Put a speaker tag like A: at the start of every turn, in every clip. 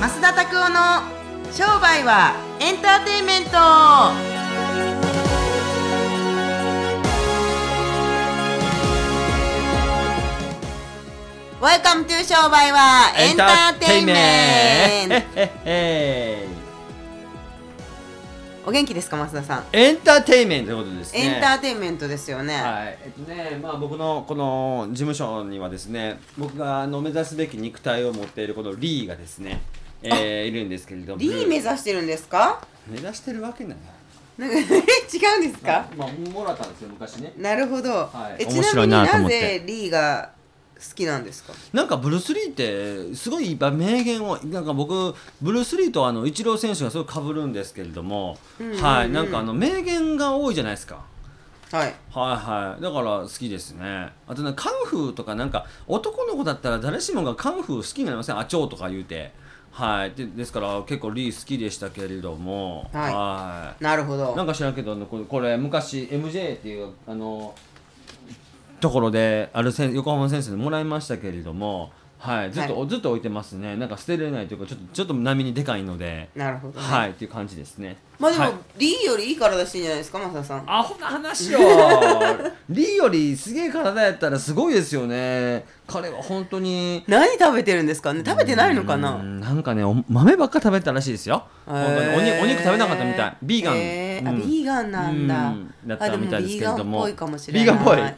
A: 増田拓夫の商売はエンターテインメントワイカムトゥ商売はエンターテインメント
B: エン
A: お元気ですか増田さん
B: エンターテインメントということですね
A: エンターテインメントですよね、
B: はいえっとねまあ、僕のこの事務所にはですね僕があの目指すべき肉体を持っているこのリーがですね、えー、いるんですけれども
A: リー目指してるんですか
B: 目指してるわけない
A: なんか 違うんですか、
B: まあ、もらったんですよ昔ね
A: なるほど、
B: はい
A: えち
B: 面
A: な
B: 白
A: み
B: い
A: に
B: なと思
A: な
B: って
A: ぜリーが好きなんですか
B: なんかブルース・リーってすごいいっぱい名言をなんか僕ブルース・リーとあのイチロー選手がすごいかぶるんですけれども、
A: うんうんうん
B: はいなんかあの名言が多いじゃないですか
A: はい
B: はいはいだから好きですねあとなんかカンフーとかなんか男の子だったら誰しもがカンフー好きになりませんあちょうとか言うてはいでですから結構リー好きでしたけれども
A: はい
B: はい
A: なるほど
B: なんか知らんけどあのこれこれ昔 MJ っていうあのところであるせん横浜の先生でもらいましたけれども、はい、ずっと、ずっと置いてますねなんか捨てれないというかちょっとちょっと波にでかいので、
A: なるほどね、
B: はいっていう感じですね。
A: まあでも、
B: はい
A: リーよりいい体してんじゃないですか増田さん
B: アホな話よ リーよりすげえ体やったらすごいですよね彼は本当に
A: 何食べてるんですかね食べてないのか
B: う
A: なん
B: なんかねお豆ばっか食べてたらしいですよ、本当にお
A: へー
B: 肉お肉食べなかったみたいビーガン、
A: へーあ
B: うん
A: ビーガンなんだ、
B: うんだったみたいですけれども
A: あでもビーガンっぽいかもしれない
B: ビーガンっぽい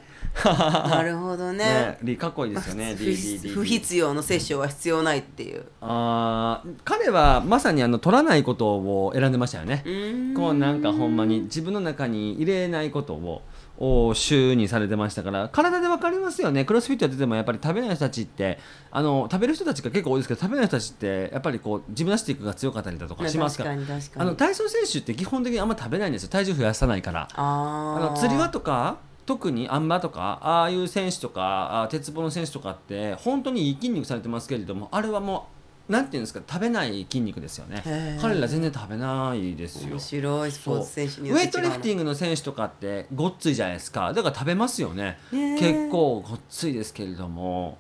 A: なるほどね
B: ね、リーかっこいいですよね、リ
A: 不
B: ーリーリーリー
A: 不必要の摂取は必要ないっていう
B: あー彼はまさにあの取らないことを選んでましたよね
A: う、ーん
B: こうなんかほんまに自分の中に入れないことをを主にされてましたから体で分かりますよねクロスフィットやっててもやっぱり食べない人たちってあの食べる人たちが結構多いですけど食べない人たちってやっぱりこうジムナスティックが強かったりだとかしますから
A: 確かに確か
B: あ
A: に
B: の体操選手って基本的にあんま食べないんですよ体重増やさないから。
A: あ
B: あ
A: ー
B: の釣り輪とか特にあん馬とかああいう選手とかあー鉄棒の選手とかって本当にいい筋肉されてますけれどもあれはもうなんていうんですか食べない筋肉ですよね
A: へー
B: 彼ら全然食べないですよ
A: 面白いスポーツ選手
B: そう
A: に
B: ウ
A: よって違
B: ェイトリフティ
A: ン
B: ングの選手とかってごっついじゃないですかだから食べますよね
A: ねえ
B: 結構ごっついですけれども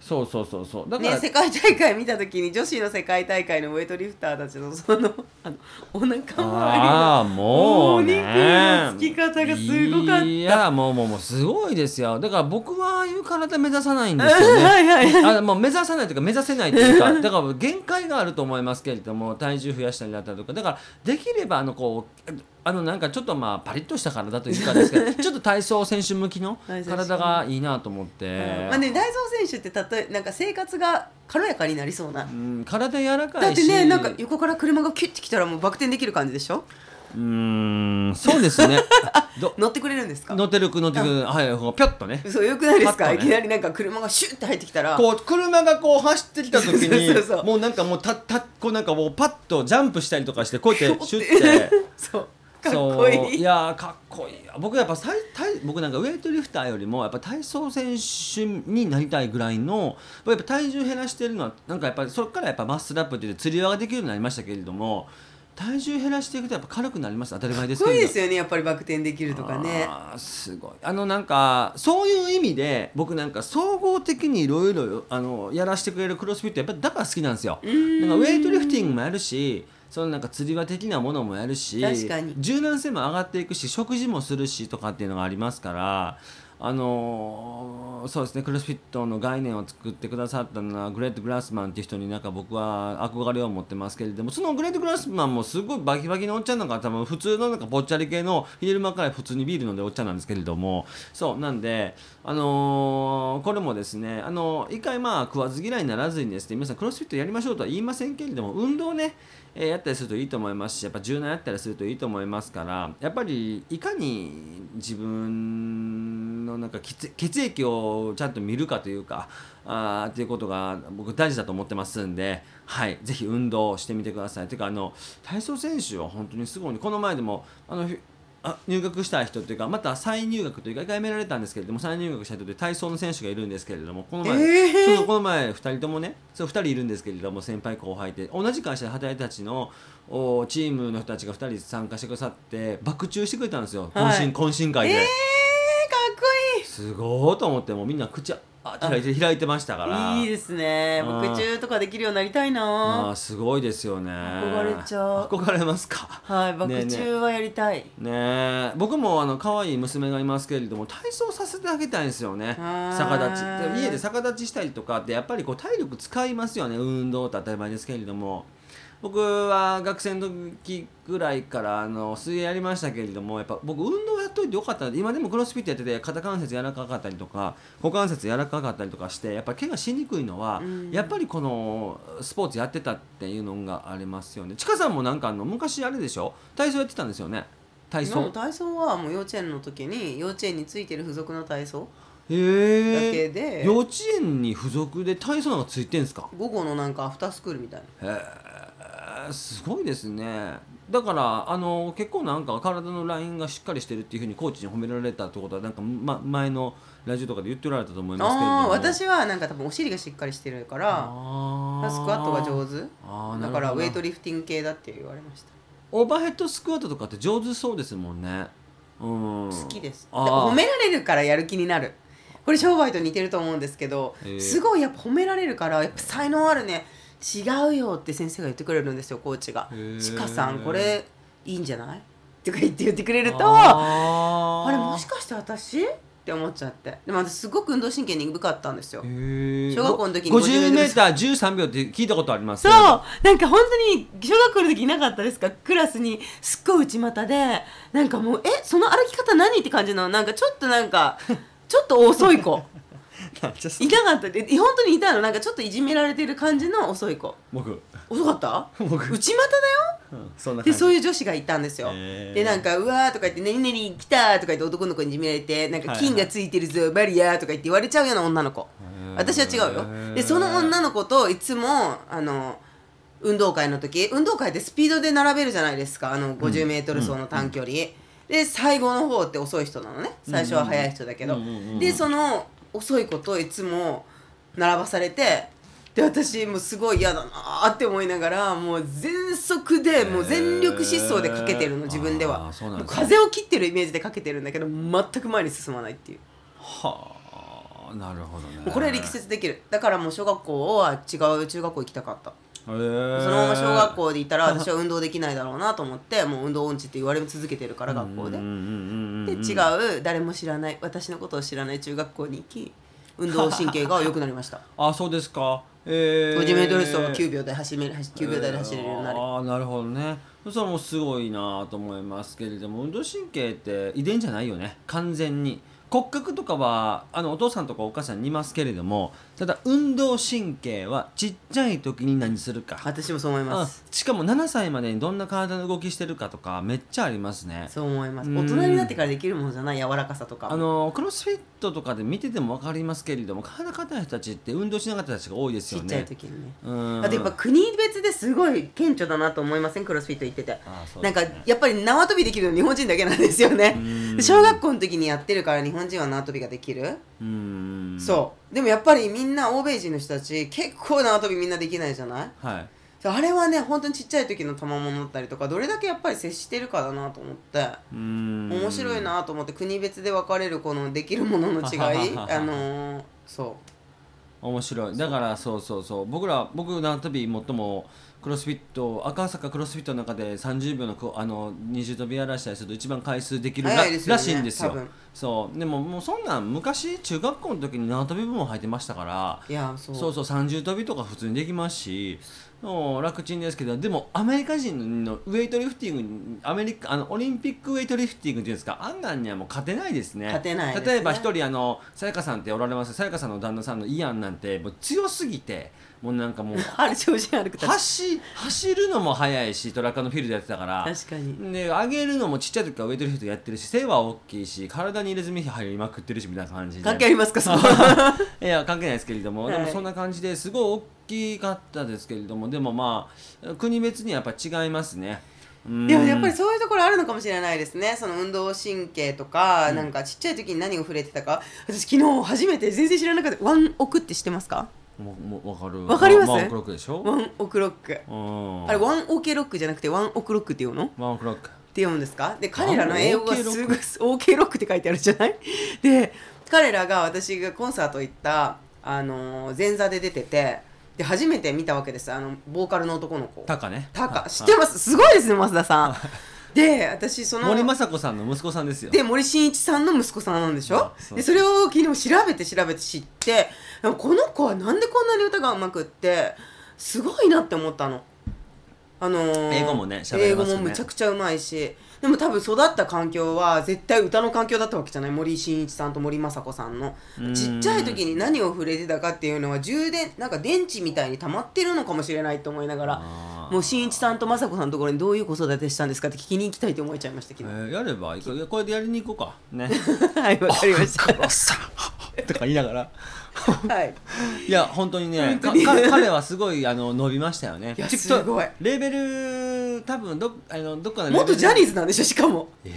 B: そうそうそうそうだから、
A: ね、世界大会見た時に女子の世界大会のウェイトリフターたちのその あのお腹周りの
B: ああもうね
A: お肉のつき方がすごかった
B: いやもうもうもうすごいですよだから僕はああいう体目指さないんですよ ね
A: はいはいはい
B: あもう目指さないというか目指せないというか だから限界があると思いますけれども体重増やしたりだったりとかだからできればあのこうあのなんかちょっとまあパリッとした体というかですけどちょっと体操選手向きの
A: 体操選手
B: 体がいいなと思って、
A: まあね、大蔵選手ってたとえなんか生活が軽やかになりそうな、
B: うん、体柔らか
A: だっ
B: い
A: て
B: し
A: ねなんか横から車がキュッてきたらもうバク転できる感じでしょ
B: うーんそうですねど
A: 乗ってくれるんですか
B: 乗ってるく乗ってるはいこうピョッとね
A: そうよくないです
B: パ
A: か、
B: ッ
A: い
B: とね
A: きなりなんか車がシュッて入ってきたら
B: こう車がこう走ってきた時に
A: そうそうそう
B: もうなんかもうたたこうなんかもうパッとジャンプしたりと かしてこうやってシュッ。
A: ひょってそう かっこ
B: そう
A: いい
B: いやーかっこいい僕やっぱさい体僕なんかウェイトリフターよりもやっぱ体操選手になりたいぐらいのやっぱ体重減らしてるのはなんかやっぱりそれからやっぱマッスルアップっていう釣り輪ができるようになりましたけれども体重減らしていくとやっぱ軽くなります当たり前です
A: すご
B: けれ
A: い
B: ど
A: ですよねやっぱりバク転できるとかね
B: あーすごいあのなんかそういう意味で僕なんか総合的にいろいろあのやらせてくれるクロスフィットやっぱりだから好きなんですよなんかウェイトリフティングもやるしそのなんか釣り輪的なものもやるし
A: 確かに
B: 柔軟性も上がっていくし食事もするしとかっていうのがありますからあのーそうですねクロスフィットの概念を作ってくださったのはグレート・グラスマンっていう人になんか僕は憧れを持ってますけれどもそのグレート・グラスマンもすごいバキバキのおっちゃんなんか多分普通のなんかぼっちゃり系の昼間から普通にビール飲んでるおっちゃんなんですけれどもそうなんであのーこれもですねあのー一回まあ食わず嫌いにならずにですね皆さんクロスフィットやりましょうとは言いませんけれども運動ねえーやったりするといいと思いますしやっぱ柔軟やったりするといいと思いますからやっぱりいかに自分のなんか血血液をちゃんと見るかというかあーっていうことが僕大事だと思ってますんで、はい、ぜひ運動をしてみてください。ていうかあの体操選手は本当にすごいねこの前でもあのひあ入学した人というかまた再入学というか一回められたんですけれども再入学した人で体操の選手がいるんですけれどもこの前、
A: えー
B: そうそうこの前2人ともねそう2人いるんですけれども先輩後輩で同じ会社で働いてたちのおチームの人たちが2人参加してくださってバク宙してくれたんですよ、
A: はい
B: 懇親懇親会で、
A: えー、かっこいい
B: すごーと思ってもうみんな口あ開いて開いてましたから
A: いいですね
B: うん
A: 僕中とかできるようになりたい
B: ま
A: な
B: あすごいですよね憧
A: れちゃう
B: 憧れますか
A: はい爆
B: ねえね
A: 中はやりたい、
B: えねえ僕もあの可愛い娘がいますけれども体操させてあげたいんですよね
A: あー
B: 逆立ちで家で逆立ちしたりとかってやっぱりこう体力使いますよね運動って当たり前ですけれども僕は学生の時ぐらいからあの水泳やりましたけれどもやっぱ僕運動やっといてよかったな今でもクロスフィットやってて肩関節柔らかかったりとか股関節柔らかかったりとかしてやっぱ怪我しにくいのは、
A: うん
B: やっぱりこのスポーツやってたっていうのがありますよねちかさんもなんかあの昔あれでしょ体操やってたんですよね体
A: 今の
B: 操
A: 体操はもう幼稚園の時に幼稚園についてる付属の体操
B: へ
A: だ
B: ー
A: けで、
B: 幼稚園に付属で体操なんかついてんすか
A: 午後のなんかアフタースクールみたいな
B: へえすごいですねだからあの結構なんか体のラインがしっかりしてるっていうふうにコーチに褒められたってことはなんか、ま、前のラジオとかで言っておられたと思いますけれど
A: ああ
B: も
A: ー私はなんか多分お尻がしっかりしてるから
B: あー
A: スクワットが上手
B: あー
A: だから
B: なる
A: ウ
B: ほど
A: ェイトリフティング系だって言われました
B: オーバーヘッドスクワットとかって上手そうですもんねうん
A: 好きですだ
B: あ
A: から
B: ー
A: 褒められるからやる気になるこれ商売と似てると思うんですけど、
B: へー
A: すごいやっぱ褒められるからやっぱ才能あるね違うよって先生が言ってくれるんですよコーチが
B: へ
A: 「
B: ー
A: ちかさんこれいいんじゃない?」とか言って言ってくれるとあ
B: あー
A: れもしかして私って思っちゃってでも私すごく運動神経鈍かったんですよ、小
B: 小
A: 学校の時に
B: 50m13 秒って聞いたことあります
A: そうなんか本当に小学校の時いなかったですかクラスにすっごい内股でなんかもうえその歩き方何って感じのなんかちょっとなんかちょっと遅い子
B: なんじゃそ
A: いなかったで本当にいたのなんかちょっといじめられてる感じの遅い子
B: 僕
A: 遅かった
B: 僕
A: 内股だよ
B: うんそんな
A: で
B: 感じ
A: そういう女子がいたんですよ、
B: へー
A: でなんか「うわ」とか言って「何々来た」とか言って男の子にいじめられて「なんか金がついてるぞ、バリア」とか言って言われちゃうような女の子
B: ー
A: 私は違うよでその女の子といつもあの運動会の時運動会ってスピードで並べるじゃないですかあの 50m 走の短距離、で最後の方って遅い人なのね最初は速い人だけど、
B: うんうんうん
A: でその遅い子といつも並ばされてで私もうすごい嫌だなーって思いながらもう全速でもう全力疾走でかけてるの自分で
B: あ
A: は
B: ーそうなん
A: もう
B: ですね
A: 風を切ってるイメージでかけてるんだけど全く前に進まないっていう。
B: はあなるほどね
A: もうこれは力説できるだからもう小学校は違う中学校行きたかった
B: その
A: そのまま小学校でいた ら私は運動できないだろうなと思ってもう運動音痴って言われ続けてるから学校でで違う誰も知らない私のことを知らない中学校に行き運動神経が良くなり ました
B: あそうですかえ
A: 50m 走は
B: 九
A: 9秒で走め走9秒台で走れるようになり
B: ああなるほどねそれもすごいなと思いますけれども運動神経って遺伝じゃないよね完全に骨格とかはあのお父さんとかお母さんにいますけれどもただ運動神経はちっちゃい時に何するか
A: 私もそう思います
B: うんしかも7歳までにどんな体の動きしてるかとかめっちゃありますね
A: そう思います
B: うん
A: 大人になってからできるものじゃない柔らかさと
B: あ
A: か
B: のクロスフィットとかで見てても分かりますけれども体硬い人たちって運動しなかった人たちが多いです
A: ち
B: よ
A: っ
B: ね
A: ちゃい時にね
B: うん
A: あとやっぱ国別ですごい顕著だなと思いませんクロスフィット行ってて
B: あそう
A: な
B: で
A: ん
B: すね
A: かやっぱり縄跳びできるの日本人だけなんですよね
B: うん
A: 小学校の時にやってるから日本人は縄跳びができる、
B: うん
A: そうでもやっぱりみんな欧米人の人たち結構縄跳びみんなできないじゃない
B: はい
A: そうあれはね本当にちっちゃい時の賜物だったりとかどれだけやっぱり接してるかだなと思って
B: うん
A: 面白いなと思って国別で分かれるこのできるものの違いあのー、そ
B: 面白いだからそうそうそう僕ら僕縄跳び最もクロスフィット赤坂クロスフィットの中で30秒のこあの二重跳びやらしたりすると一番回数できるら,、
A: 早いですよね
B: らしいんですよ
A: 多分
B: そうでももうそんなん昔中学校の時に縄跳び部門入ってましたから
A: ういやそう
B: そうそう三重跳びとか普通にできますしもう楽ちんですけどでもアメリカ人のウェイトリフティングアメリカあのオリンピックウェイトリフティングっていうんですかあんなんにはもう勝てないですね
A: 勝てないですね
B: 例えば一人あのさやかさんっておられますさやかさんの旦那さんのイアンなんてもう強すぎてもうな んかもう
A: あれ調子悪くた確
B: 走走るのも速いしトラックのフィールドやってたから
A: かに
B: で上げるのもちっちゃい時からウェイトリフトやってるし背は大きいし体に入れ墨入りまくってるしみたいな感じで
A: 関係ありますかそこ
B: いや関係ないですけれども、
A: はい
B: でもそんな感じですごい大きかったですけれどもでもまあ国別にはやっぱ違いますね。うん
A: でもやっぱりそういうところあるのかもしれないですねその運動神経とか、なんかちっちゃい時に何を触れてたか私昨日初めて全然知らなかったワンオクって知ってますか
B: ももわかる
A: わかります
B: ワンワンオクロックでしょ、
A: ワンオクロック
B: うん、
A: あれワンオケロックじゃなくてワンオクロックっていうのっ
B: ワンオクロック
A: て読むんですかで彼らの英語が
B: ワンオ
A: す
B: ケロ
A: ごいオーケーロックって書いてあるじゃないで彼らが私がコンサート行った、あのー前座で出ててで初めて見たわけですあのボーカルの男の子
B: タカね
A: タカ
B: は
A: 知ってますすごいですね増田さんで私その
B: 森昌子さんの息子さんですよ
A: で森進一さんの息子さんなんでしょ
B: あそう
A: でそれを昨日調べて調べて知ってでもこの子はなんでこんなに歌がうまくってすごいなって思ったの。あのー
B: 英語もね喋れますよね
A: 英語もむちゃくちゃうまいしでも多分育った環境は絶対歌の環境だったわけじゃない森進一さんと森昌子さんの
B: うん
A: ちっちゃい時に何を触れてたかっていうのは充電なんか電池みたいに溜まってるのかもしれないと思いながら
B: あー
A: もう進一さんと昌子さんのところにどういう子育てしたんですかって聞きに行きたいと思っちゃいましたけ
B: え
A: ど、
B: ーやればいいかいやこれでやりに行こうかね
A: はい わかりました
B: おっさん とか言いながら
A: はい。
B: いや本当にね
A: 本当に
B: かか彼はすごいあの伸びましたよね
A: いや
B: ちょっと
A: すごい
B: レーベル多分どあのどっかのレーベル
A: 元ジャニーズなんでしょしかも。
B: え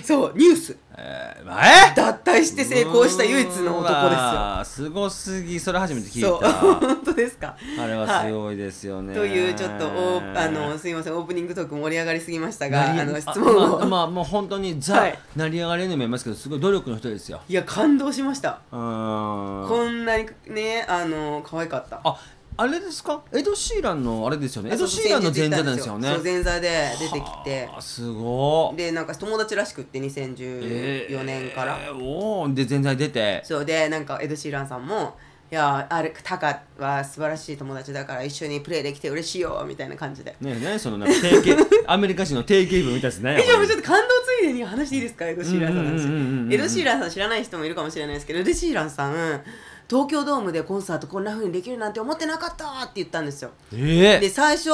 B: ー、
A: そう、ニュース。
B: えー、え
A: 脱退して成功した唯一の男ですよ。
B: ですよすごすぎそれ初めて聞い
A: そう、
B: た
A: 本当ですか。
B: あれはすごいですよね、
A: というちょっとおあのすみませんオープニングトーク盛り上がりすぎましたが
B: 成
A: あ
B: り
A: の質問を、
B: まあ、まあ、もう本当にザ、
A: はい
B: 成り上がれるにも言いますけどすごい努力の人ですよ
A: いや感動しました、
B: うーん
A: こんなにねあの可愛かった
B: ああれですかエド・シーランのあれですよねエ
A: そ
B: ド・
A: うそう
B: シーランの前座なんですよね
A: そう前座で出てきて
B: はあすごい
A: でなんか友達らしくって2014年から、
B: えーおおで全体出て
A: そうでなんかエド・シーランさんも「いやあれタカは素晴らしい友達だから一緒にプレーできて嬉しいよ」みたいな感じで。
B: ねえねえそのなんか定 型アメリカ人の定型文みたいですね
A: えじゃあもうちょっと感動ついでに話していいですかエド・シーランさんの
B: うんうんうんうん
A: 話
B: うん
A: エド・シーランさん知らない人もいるかもしれないですけどエド・シーランさん東京ドームでコンサートこんな風にできるなんて思ってなかったって言ったんですよ
B: え
A: で
B: え
A: 最初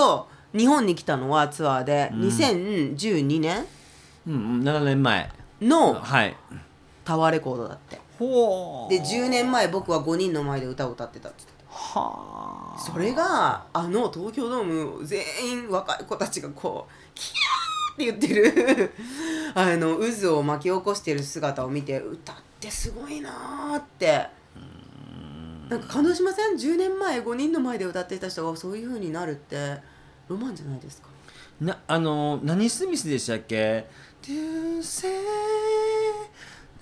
A: 日本に来たのはツアーで2012年
B: うんうん7年前
A: の
B: はい
A: タワーレコードだって
B: ほ
A: で10年前僕は5人の前で歌を歌ってたって言ってた
B: はあ
A: それがあの東京ドーム全員若い子たちがこう「キャー!」って言ってる あの渦を巻き起こしてる姿を見て歌ってすごいなーってなんか感動しません10年前5人の前で歌っていた人がそういう風になるってロマンじゃないですか
B: なあの何スミスでしたっけ「To say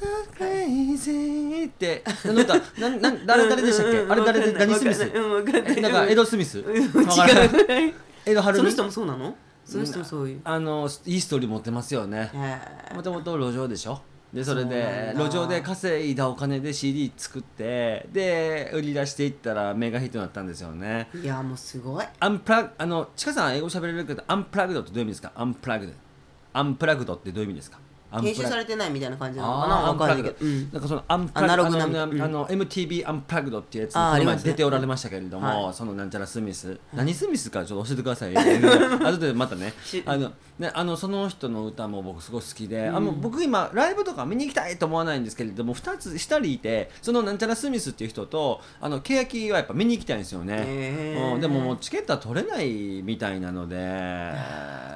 B: the crazy」ってあの歌なな誰誰でしたっけあれ誰で何スミス
A: うん分かんない
B: えなんかエド・スミ ス
A: うん違う
B: わからないエド・ハル
A: そ
B: ミ
A: の人もそうなのその人もそういう
B: あのいいストーリー持ってますよね
A: へ
B: もともと路上でしょでそれで
A: そうなんだ
B: 路上で稼いだお金で CD 作ってで売り出していったらメガヒットになったんですよね
A: ーいやもうすごい
B: アンプラあのちかさん英語喋れるけどアンプラグドってどういう意味ですかアンプラグドアンプラグドってどういう意味ですかアンプ
A: 編
B: ラ
A: 集されてないみたいな感じなのかな
B: あーア
A: わ
B: ンプ
A: か
B: ラ
A: んな
B: グ
A: いけ
B: ド
A: ど、うん、
B: なんかそのアンプ
A: アナ
B: ラ
A: ロ
B: グ
A: グなみ
B: ドあ
A: う
B: の
A: ん
B: あの MTV アンプラグドっていうやつ
A: あー
B: この
A: ありま
B: 前
A: すね
B: 出ておられましたけれども、
A: はい
B: そのなんちゃらスミス、何スミスかちょっと教えてくださ いよ後でまたね
A: し
B: あのねあのその人の歌も僕すごい好きで、あの僕今ライブとか見に行きたいと思わないんですけれども2つ一人いてそのなんちゃらスミスっていう人とあの欅はやっぱ見に行きたいんですよ
A: へ
B: ね、
A: ー
B: うん、でももうチケットは取れないみたいなので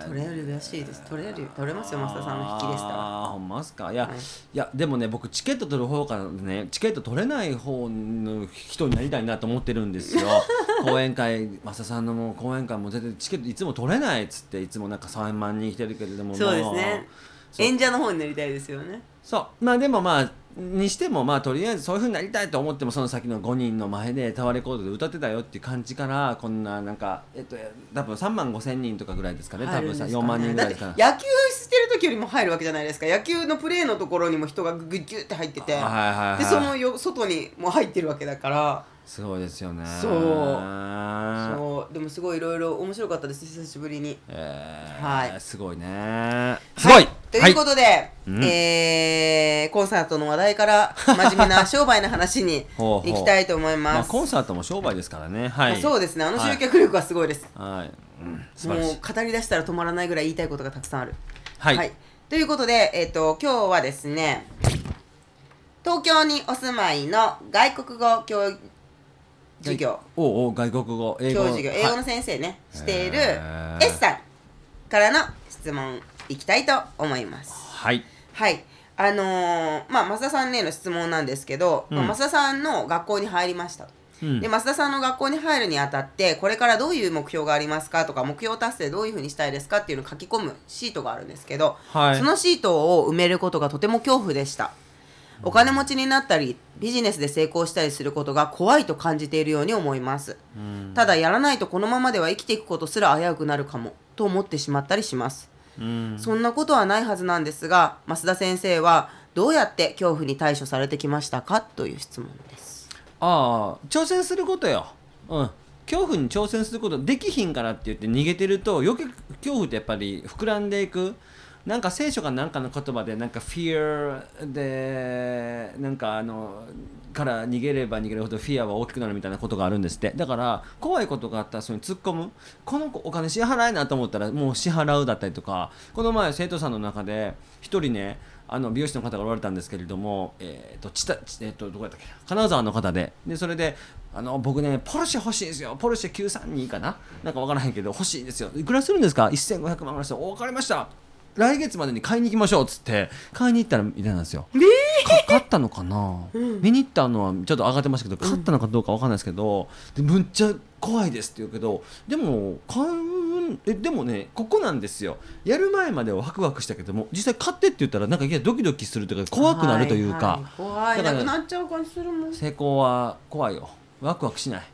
A: 取れるらしいです取れる取れますよ増田さんの引きでしたら
B: あーほんますかいや、
A: はい
B: い、やでもね僕チケット取る方からねチケット取れない方の人になりたいなと思ってる んですよ講演会増田さんのもう講演会も全然チケットいつも取れないっつっていつもなんか3万人来てるけれども
A: そうです
B: も
A: ね
B: そう
A: 演者の方になりたいですよね
B: そうまあでもまあにしてもまあとりあえずそういうふうになりたいと思ってもその先の5人の前でタワーレコードで歌ってたよっていう感じからこんななんかえっと多分3万5千人とかぐらいですかね多
A: 入るん
B: 分
A: です
B: さ
A: かね
B: 4万人ぐらいですか
A: だ
B: ら
A: って野球してる時よりも入るわけじゃないですか野球のプレーのところにも人がぐぐっぎゅって入ってて、
B: はいはいはい
A: でそのよ外にも入ってるわけだから、
B: すごいですよね
A: そう
B: う
A: そうでもすごいいろいろ面白かったです久しぶりに。
B: えー
A: はい
B: すごいねすごい、
A: ということで、
B: うん
A: えーコンサートの話題から真面目な商売の話に
B: ほうほう
A: 行きたいと思い
B: ま
A: ま
B: あ、
A: す。
B: コンサートも商売ですからねはい
A: そうですねあの集客力はすごいです。
B: はい、はいうん、素晴ら
A: も
B: し
A: う
B: い
A: 語り出したら止まらないぐらい言いたいことがたくさんある。
B: はい、
A: ということで、えっと今日はですね東京にお住まいの外国語教授業
B: おうおう外国語英語
A: 教授業英語の
B: はい
A: 先生ね、している
B: へー
A: S さんからの質問いきたいと思います。
B: はい
A: はいあのーまあ増田さんへの質問なんですけど、まあ
B: うん
A: 増田さんの学校に入りましたと。
B: うん
A: で増田さんの学校に入るにあたってこれからどういう目標がありますかとか目標達成どういうふうにしたいですかっていうのを書き込むシートがあるんですけど、
B: はい
A: そのシートを埋めることがとても恐怖でしたお金持ちになったりビジネスで成功したりすることが怖いと感じているように思います、ただやらないとこのままでは生きていくことすら危うくなるかもと思ってしまったりします
B: うん
A: そんなことはないはずなんですが増田先生はどうやって恐怖に対処されてきましたかという質問です
B: ああ挑戦することよ、うん、恐怖に挑戦することできひんからって言って逃げてるとよく恐怖ってやっぱり膨らんでいくなんか聖書かなんかの言葉でなんか fear でなんかあのから逃げれば逃げるほど fear は大きくなるみたいなことがあるんですってだから怖いことがあったらそれに突っ込むこの子お金支払えなと思ったらもう支払うだったりとかこの前生徒さんの中で一人ねあの美容師の方がおられたんですけれども、えーとちたちえー、とどこやったっけな金沢の方ででそれであの僕ねポルシェ欲しいんですよポルシェ932かななんか分からへんけど欲しいんですよいくらするんですか1500万ぐらいですよお分かりました来月までに買いに行きましょうっつって買いに行ったらみたいなんですよ、か買ったのかな、見に行ったのはちょっと上がってましたけど買ったのかどうかわかんないですけど、でむっちゃ怖いですって言うけどでも買うんえでもねここなんですよやる前まではワクワクしたけども実際買ってって言ったらなんかいやドキドキするというか怖くなるという
A: は
B: か、
A: いはい怖い
B: だから
A: なくなっちゃう感じするもんう
B: 成功は怖いよワクワクしない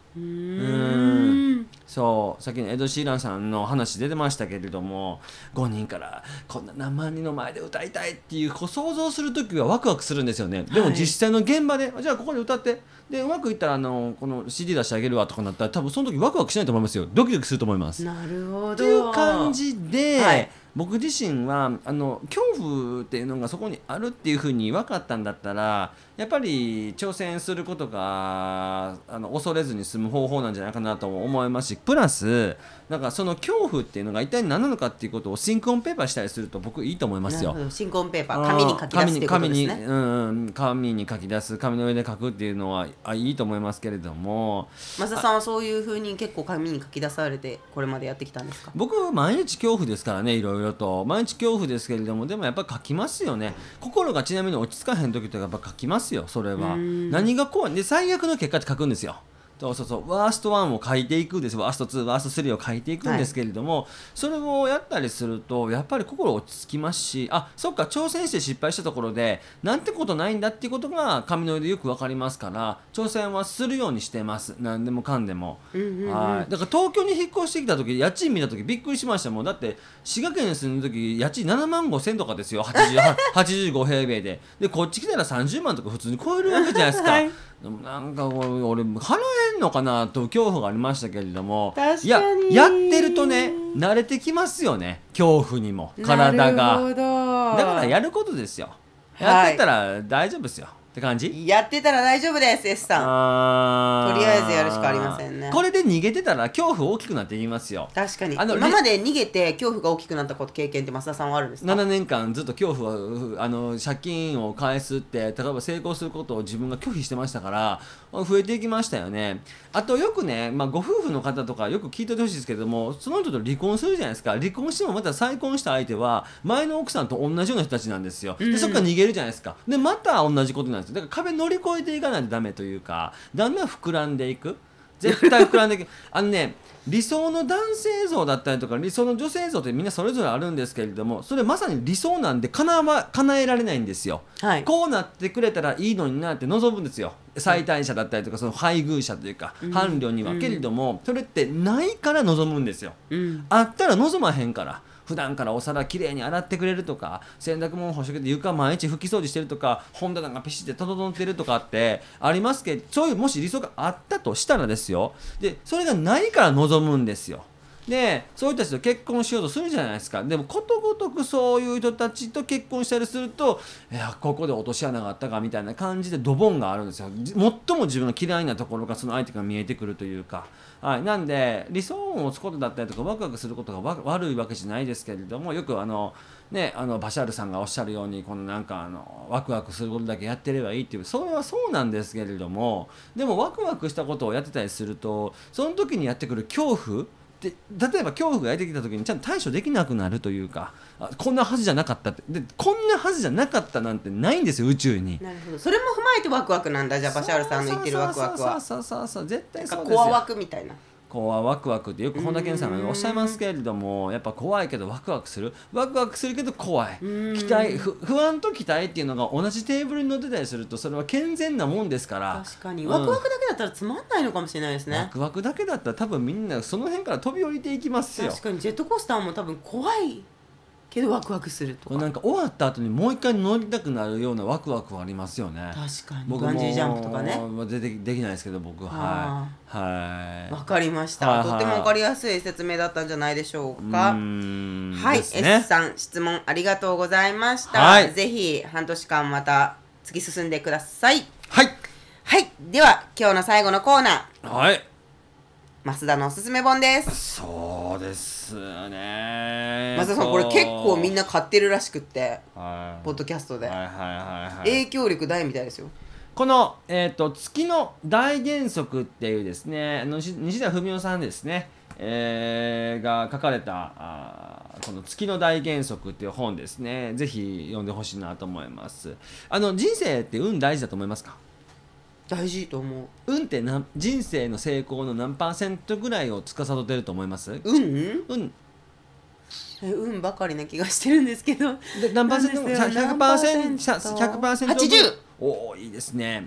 A: ーん
B: そうさっきのエド・シーランさんの話出てましたけれども5人からこんな何万人の前で歌いたいっていうこう想像する時はワクワクするんですよねでも
A: はい
B: 実際の現場で、じゃあここで歌ってでうまくいったらあのこの CD 出してあげるわとかなったら多分その時ワクワクしないと思いますよドキドキすると思います。
A: なるほど
B: っていう感じで、
A: はい
B: 僕自身はあの恐怖っていうのがそこにあるっていうふうに分かったんだったらやっぱり挑戦することがあの恐れずに済む方法なんじゃないかなとも思いますしプラスなんかその恐怖っていうのが一体何なのかっていうことをシンクオンペーパーしたりすると僕いいと思いますよ
A: なる。ほど新婚ペーパー紙に書き出すっていうことです
B: 紙に紙に
A: ね
B: うんうん、紙に書き出す紙の上で書くっていうのはあいいと思いますけれども
A: 増田さんはそういうふうに結構紙に書き出されてこれまでやってきたんですか
B: 僕は毎日恐怖ですからねいろいろと毎日恐怖ですけれどもでもやっぱ書きますよね心がちなみに落ち着かへん時とかやっぱ書きますよそれは何が怖いで最悪の結果って書くんですよそうそうそうワースト1を書いていくんですワースト2ワースト3を書いていくんですけれども、それをやったりするとやっぱり心落ち着きますしあそっか挑戦して失敗したところでなんてことないんだっていうことが紙の上でよく分かりますから挑戦はするようにしてます何でもかんでも、はいだから東京に引っ越してきた時家賃見た時びっくりしましたもんだって滋賀県に住んでる時家賃7万5千とかですよ80 85平米ででこっち来たら30万とか普通に超えるわけじゃないですか、
A: はい
B: でもなんかこう俺払えんのかなと恐怖がありましたけれども
A: 確かに
B: いややってるとね慣れてきますよね恐怖にも
A: だ
B: 体がだからやることですよ
A: はい
B: やってたら大丈夫ですよ、って感じ
A: やってたら大丈夫です S さん
B: あー
A: とりあえずやるしかありませんね
B: これで逃げてたら恐怖大きくなっていきますよ
A: 確かに
B: あの
A: 今まで逃げて恐怖が大きくなったこと経験って増田さんはあるんですか
B: 7年間ずっと恐怖はあの借金を返すって例えば成功することを自分が拒否してましたから増えていきましたよねあとよくね、まあ、ご夫婦の方とかよく聞いててほしいですけれどもその人と離婚するじゃないですか離婚してもまた再婚した相手は前の奥さんと同じような人たちなんですよでそっから逃げるじゃないですかでまた同じことなんですよだから壁乗り越えていかないとダメというかだんだん膨らんでいく絶対膨らんでいくあのね理想の男性像だったりとか理想の女性像ってみんなそれぞれあるんですけれどもそれまさに理想なんで叶わ叶えられないんですよ、
A: はい
B: こうなってくれたらいいのになって望むんですよ最大者だったりとかその配偶者というか伴侶には、けれどもそれってないから望むんですよ、
A: うん
B: あったら望まへんから普段からお皿きれいに洗ってくれるとか洗濯物干してくれて床毎日拭き掃除してるとか本棚がピシッて整ってるとかってありますけどそういうもし理想があったとしたらですよでそれがないから望むんですよ。でそういう人たちと結婚しようとするじゃないですかでもことごとくそういう人たちと結婚したりするといやここで落とし穴があったかみたいな感じでドボンがあるんですよじ最も自分の嫌いなところがその相手が見えてくるというか、はい、なんで理想を持つことだったりとかワクワクすることがわ悪いわけじゃないですけれどもよくあのねあのバシャールさんがおっしゃるようにこのなんかあのワクワクすることだけやってればいいっていうそれはそうなんですけれどもでもワクワクしたことをやってたりするとその時にやってくる恐怖で例えば恐怖がやってきた時にちゃんと対処できなくなるというかあこんなはずじゃなかったってでこんなはずじゃなかったなんてないんですよ宇宙に。
A: なるほどそれも踏まえてワクワクなんだじゃあバシャールさんの言ってるワクワクは
B: そうそうそうそうそうそう絶対
A: なん
B: そ
A: か
B: うです
A: コア
B: よ
A: ワクみたいな
B: 子はワクワクってよく本田健さんがおっしゃいますけれどもやっぱ怖いけどワクワクするワクワクするけど怖い期待ふ不安と期待っていうのが同じテーブルに乗ってたりするとそれは健全なもんですから
A: 確かに
B: うん
A: ワクワクだけだったらつまんないのかもしれないです
B: ワ
A: ね、
B: クワクだけだったら多分みんなその辺から飛び降りていきますよ
A: 確かにジェットコースターも多分怖いけどワクワクすると
B: これな
A: か
B: んか終わった後にもう一回乗りたくなるようなワクワクはありますよね
A: 確かに
B: 僕も
A: バンジージャンプとかね
B: 出てできないですけど僕ははい
A: わ
B: は
A: かりまし
B: はい
A: たとっ
B: はい
A: てもわかりやすい説明だったんじゃないでしょ
B: いう
A: か
B: ーん
A: はい、
B: ですね
A: S さん質問ありがとうございました、
B: はい
A: ぜひ半年間また突き進んでください
B: はい
A: はいでは今日の最後のコーナー
B: はい
A: 増田のおすすめ本です
B: そうですね
A: 増田さんこれ結構みん
B: な
A: な買ってるらしくって
B: はい
A: ポッドキャストで、
B: はいはいはいはい
A: 影響力大みたいですよ
B: この、えー、と月の大原則っていうですねあの西西田文夫さんですね、えーが書かれたあーこの「月の大原則」っていう本ですねぜひ読んでほしいなと思いますあの人生って運大事だと思いますか
A: 大事と思う
B: 運って何人生の成功の何パーセントぐらいを司ってると思います
A: 運
B: 運
A: え運ばかりな気がしてるんですけど
B: で何パーセン
A: な
B: ト
A: んですよ
B: ?100%? 100%?
A: 80
B: おーいいですね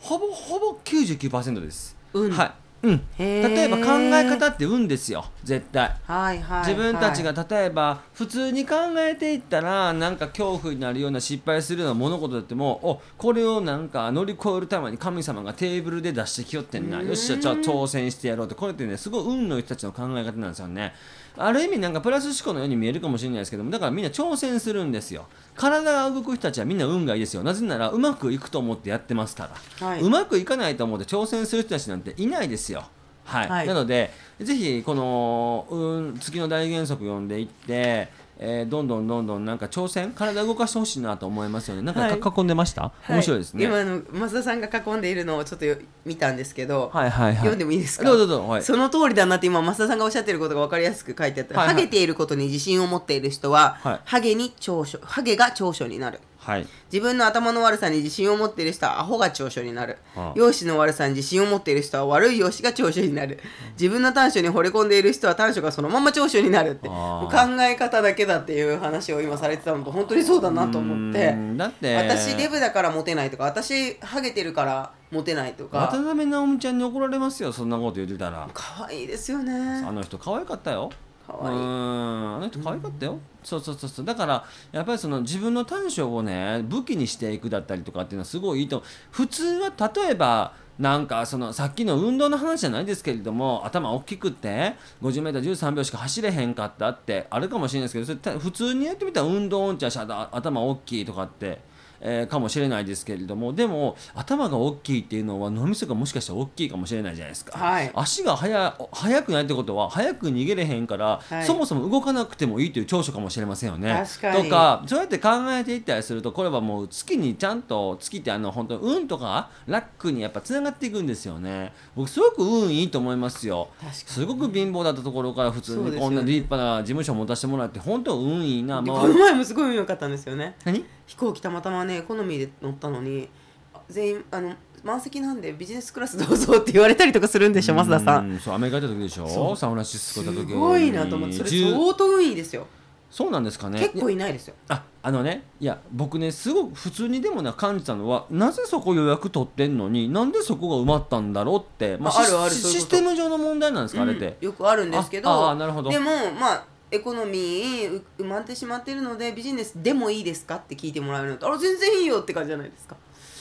B: ほぼほぼ99%です、
A: 運
B: はいうん、
A: へー
B: 例えば考え方って運ですよ絶対
A: はいはい、はい、
B: 自分たちが例えば普通に考えていったらなんか恐怖になるような失敗するような物事だってもおこれをなんか乗り越えるために神様がテーブルで出してきよってんなよっしゃじゃあ挑戦してやろうってこれってねすごい運の人たちの考え方なんですよねある意味なんかプラス思考のように見えるかもしれないですけどもだからみんな挑戦するんですよ体が動く人たちはみんな運がいいですよなぜならうまくいくと思ってやってますから、
A: はいう
B: まくいかないと思って挑戦する人たちなんていないですよはい、
A: はい
B: なのでぜひこの、うん、月の大原則読んでいって、えーどんどんどんどんなんか挑戦体動かしてほしいなと思いますよねなんか
A: はい
B: か、囲んでました、
A: は
B: 面白いですね
A: 今の増田さんが囲んでいるのをちょっとよ見たんですけど、
B: はいはいはい
A: 読んでもいいですか
B: どうぞどうぞはい
A: その通りだなって今増田さんがおっしゃってることが分かりやすく書いてあった、
B: はいはい
A: ハゲていることに自信を持っている人は、
B: はい
A: ハゲに長所ハゲが長所になる
B: はい
A: 自分の頭の悪さに自信を持っている人はアホが長所になる、
B: はあ
A: 容姿の悪さに自信を持っている人は悪い容姿が長所になる、自分の短所に惚れ込んでいる人は短所がそのまま長所になるって
B: あー
A: もう考え方だけだっていう話を今されてたのと本当にそうだなと思っ
B: う
A: て
B: んだって
A: 私デブだからモテないとか私ハゲてるからモテないと
B: 渡
A: か
B: 辺直美ちゃんに怒られますよそんなこと言ってたら
A: 可愛いですよね
B: あの人可愛かったよ
A: 可愛いう
B: ーんあの人可愛かったよ、そうそうそうそうだからやっぱりその自分の短所をね武器にしていくだったりとかっていうのはすごいいいと思う普通は例えばなんかそのさっきの運動の話じゃないですけれども頭大きくって 50m13 秒しか走れへんかったってあるかもしれないですけどそれた普通にやってみたら運動音痴やしあ頭大きいとかって。えーかもしれないですけれどもでも頭が大きいっていうのは脳みそがもしかしたら大きいかもしれないじゃないですか、
A: はい
B: 足が速速くないってことは速く逃げれへんから、
A: はい
B: そもそも動かなくてもいいという長所かもしれませんよね。
A: 確かに
B: とかそうやって考えていったりするとこれはもう月にちゃんと月ってあの本当運とかラックにやっぱつながっていくんですよね。僕すごく運いいと思いますよ。
A: 確かに
B: すごく貧乏だったところから普通
A: そうです
B: に
A: よね
B: こんな立派な事務所を持たせてもらって本当運いいな。
A: で
B: ま
A: この
B: あ、
A: 前もすごい運良かったんですよね
B: 何
A: 飛行機たまたまねエコノミーで乗ったのにあ全員あの満席なんでビジネスクラスどうぞって言われたりとかするんでしょ増田さん
B: うそうアメリカ行った時でし
A: そ
B: ょ
A: う
B: サンフランシスコ
A: す
B: 行った時
A: ごいなと思ってそれ
B: 10
A: 相当運いいですよ
B: そうなんですかね
A: 結構いないですよ
B: ああのねいや僕ねすごく普通にでもな感じたのはなぜそこ予約取ってんのになんでそこが埋まったんだろうって、ま
A: あ
B: シス
A: あるある
B: シ
A: そういうこと
B: システム上の問題なんですか、あれって
A: うんよくあるんですけど
B: ああーなるほど
A: でもまあエコノミーう埋まってしまってるのでビジネスでもいいですかって聞いてもらえるのとあら全然いいよって感じじゃないですか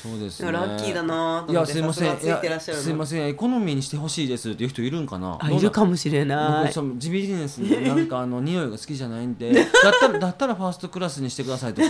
B: そうです
A: いや
B: ね
A: ラッキーだなと思
B: いや
A: って
B: すいませ
A: さ
B: ん
A: すがついてらっしゃる
B: や
A: の
B: すいませんエコノミーにしてほしいですっていう人いるんかなどうな
A: もしれ
B: 僕その地ビジネスのなんかあの匂いが好きじゃないんでだ ったらだったらファーストクラスにしてくださいとか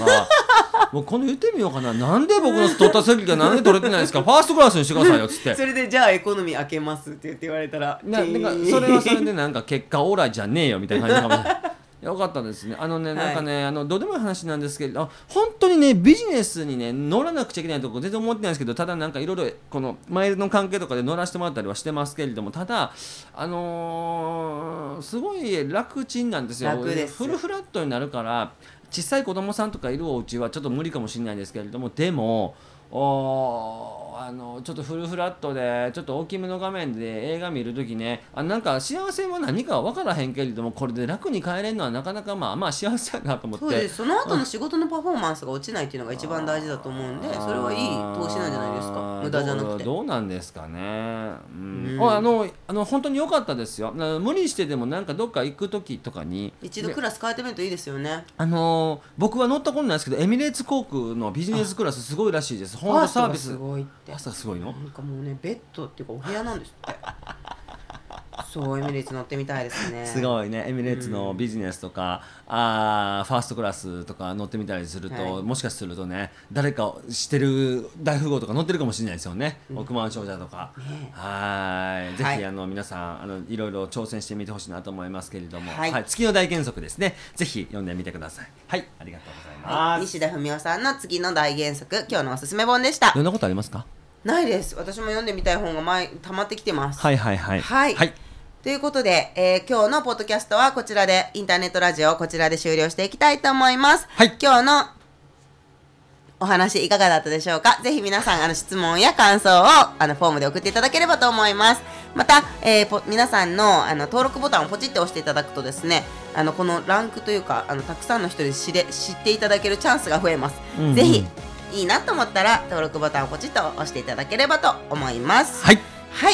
B: もう今度言ってみようかななんで僕の取った席がなんで取れてないんですかファーストクラスにしてくださいよっつって
A: それでじゃあエコノミー開けますって言って言われたら
B: ななんかそれはそれでなんか結果オーライじゃねえよみたいな感じかもしれ ない。よかったですね。あのね、
A: はい
B: なんかね、あのどうでもいい話なんですけど、あ本当にね、ビジネスにね、乗らなくちゃいけないとこ全然思ってないんですけど、ただなんかいろいろこのマイルの関係とかで乗らせてもらったりはしてますけれども、ただあのーすごい楽ちんなんですよ。
A: 楽です
B: フルフラットになるから、小さい子供さんとかいるお家はちょっと無理かもしれないですけれども、でも。おーもあのちょっとフルフラットでちょっと大きめの画面で映画見るときねあなんか幸せは何か分からへんけれどもこれで楽に帰れるのはなかなかまあまあ幸せやなと思って
A: そうですその後の仕事のパフォーマンスが落ちないっていうのが一番大事だと思うんでそれはいい投資なんじゃないです
B: あ
A: か
B: ー
A: 無駄じゃなくて
B: どうどうなんですかね、う
A: う
B: ん
A: ん
B: ああのあの本当に良かったですよあの無理してでもなんかどっか行く時とかに
A: 一度
B: で
A: クラス変えてみるといいですよね
B: あのー僕は乗ったことないですけどエミレーツ航空のビジネスクラスすごいらしいです
A: フ
B: ホー
A: ァー
B: ム
A: スト
B: サー
A: が
B: ビ
A: す
B: ス
A: ごいって
B: 朝すごい
A: な
B: の
A: んかもうねベッドっていうかお部屋なんですってそうエミレーツ乗ってみたいですね
B: すごいねエミレーツのビジネスとか、あーファーストクラスとか乗ってみたりすると、
A: はい
B: もしかするとね誰かしてる大富豪とか乗ってるかもしれないですよね、億万長者とか、
A: ね
B: はーいぜひ、
A: はい
B: あの皆さんあのいろいろ挑戦してみてほしいなと思いますけれども、
A: はい
B: 月の大原則ですねぜひ読んでみてくださいはいありがとうございます、
A: はい、西田文雄さんの次の大原則今日のおすすめ本でした
B: どんなことありますか
A: ないです私も読んでみたい本が前溜まってきてます
B: はいはいはい
A: はい
B: はい
A: ということで、えー今日のポッドキャストはこちらでインターネットラジオをこちらで終了していきたいと思います、
B: はい
A: 今日のお話いかがだったでしょうかぜひ皆さんあの質問や感想をあのフォームで送っていただければと思いますまた、えーぽ皆さんのあの登録ボタンをポチッと押していただくとですねあのこのランクというかあのたくさんの人に知れ知っていただけるチャンスが増えます、
B: うんうん
A: ぜひいいなと思ったら登録ボタンをポチッと押していただければと思います
B: はい
A: はい、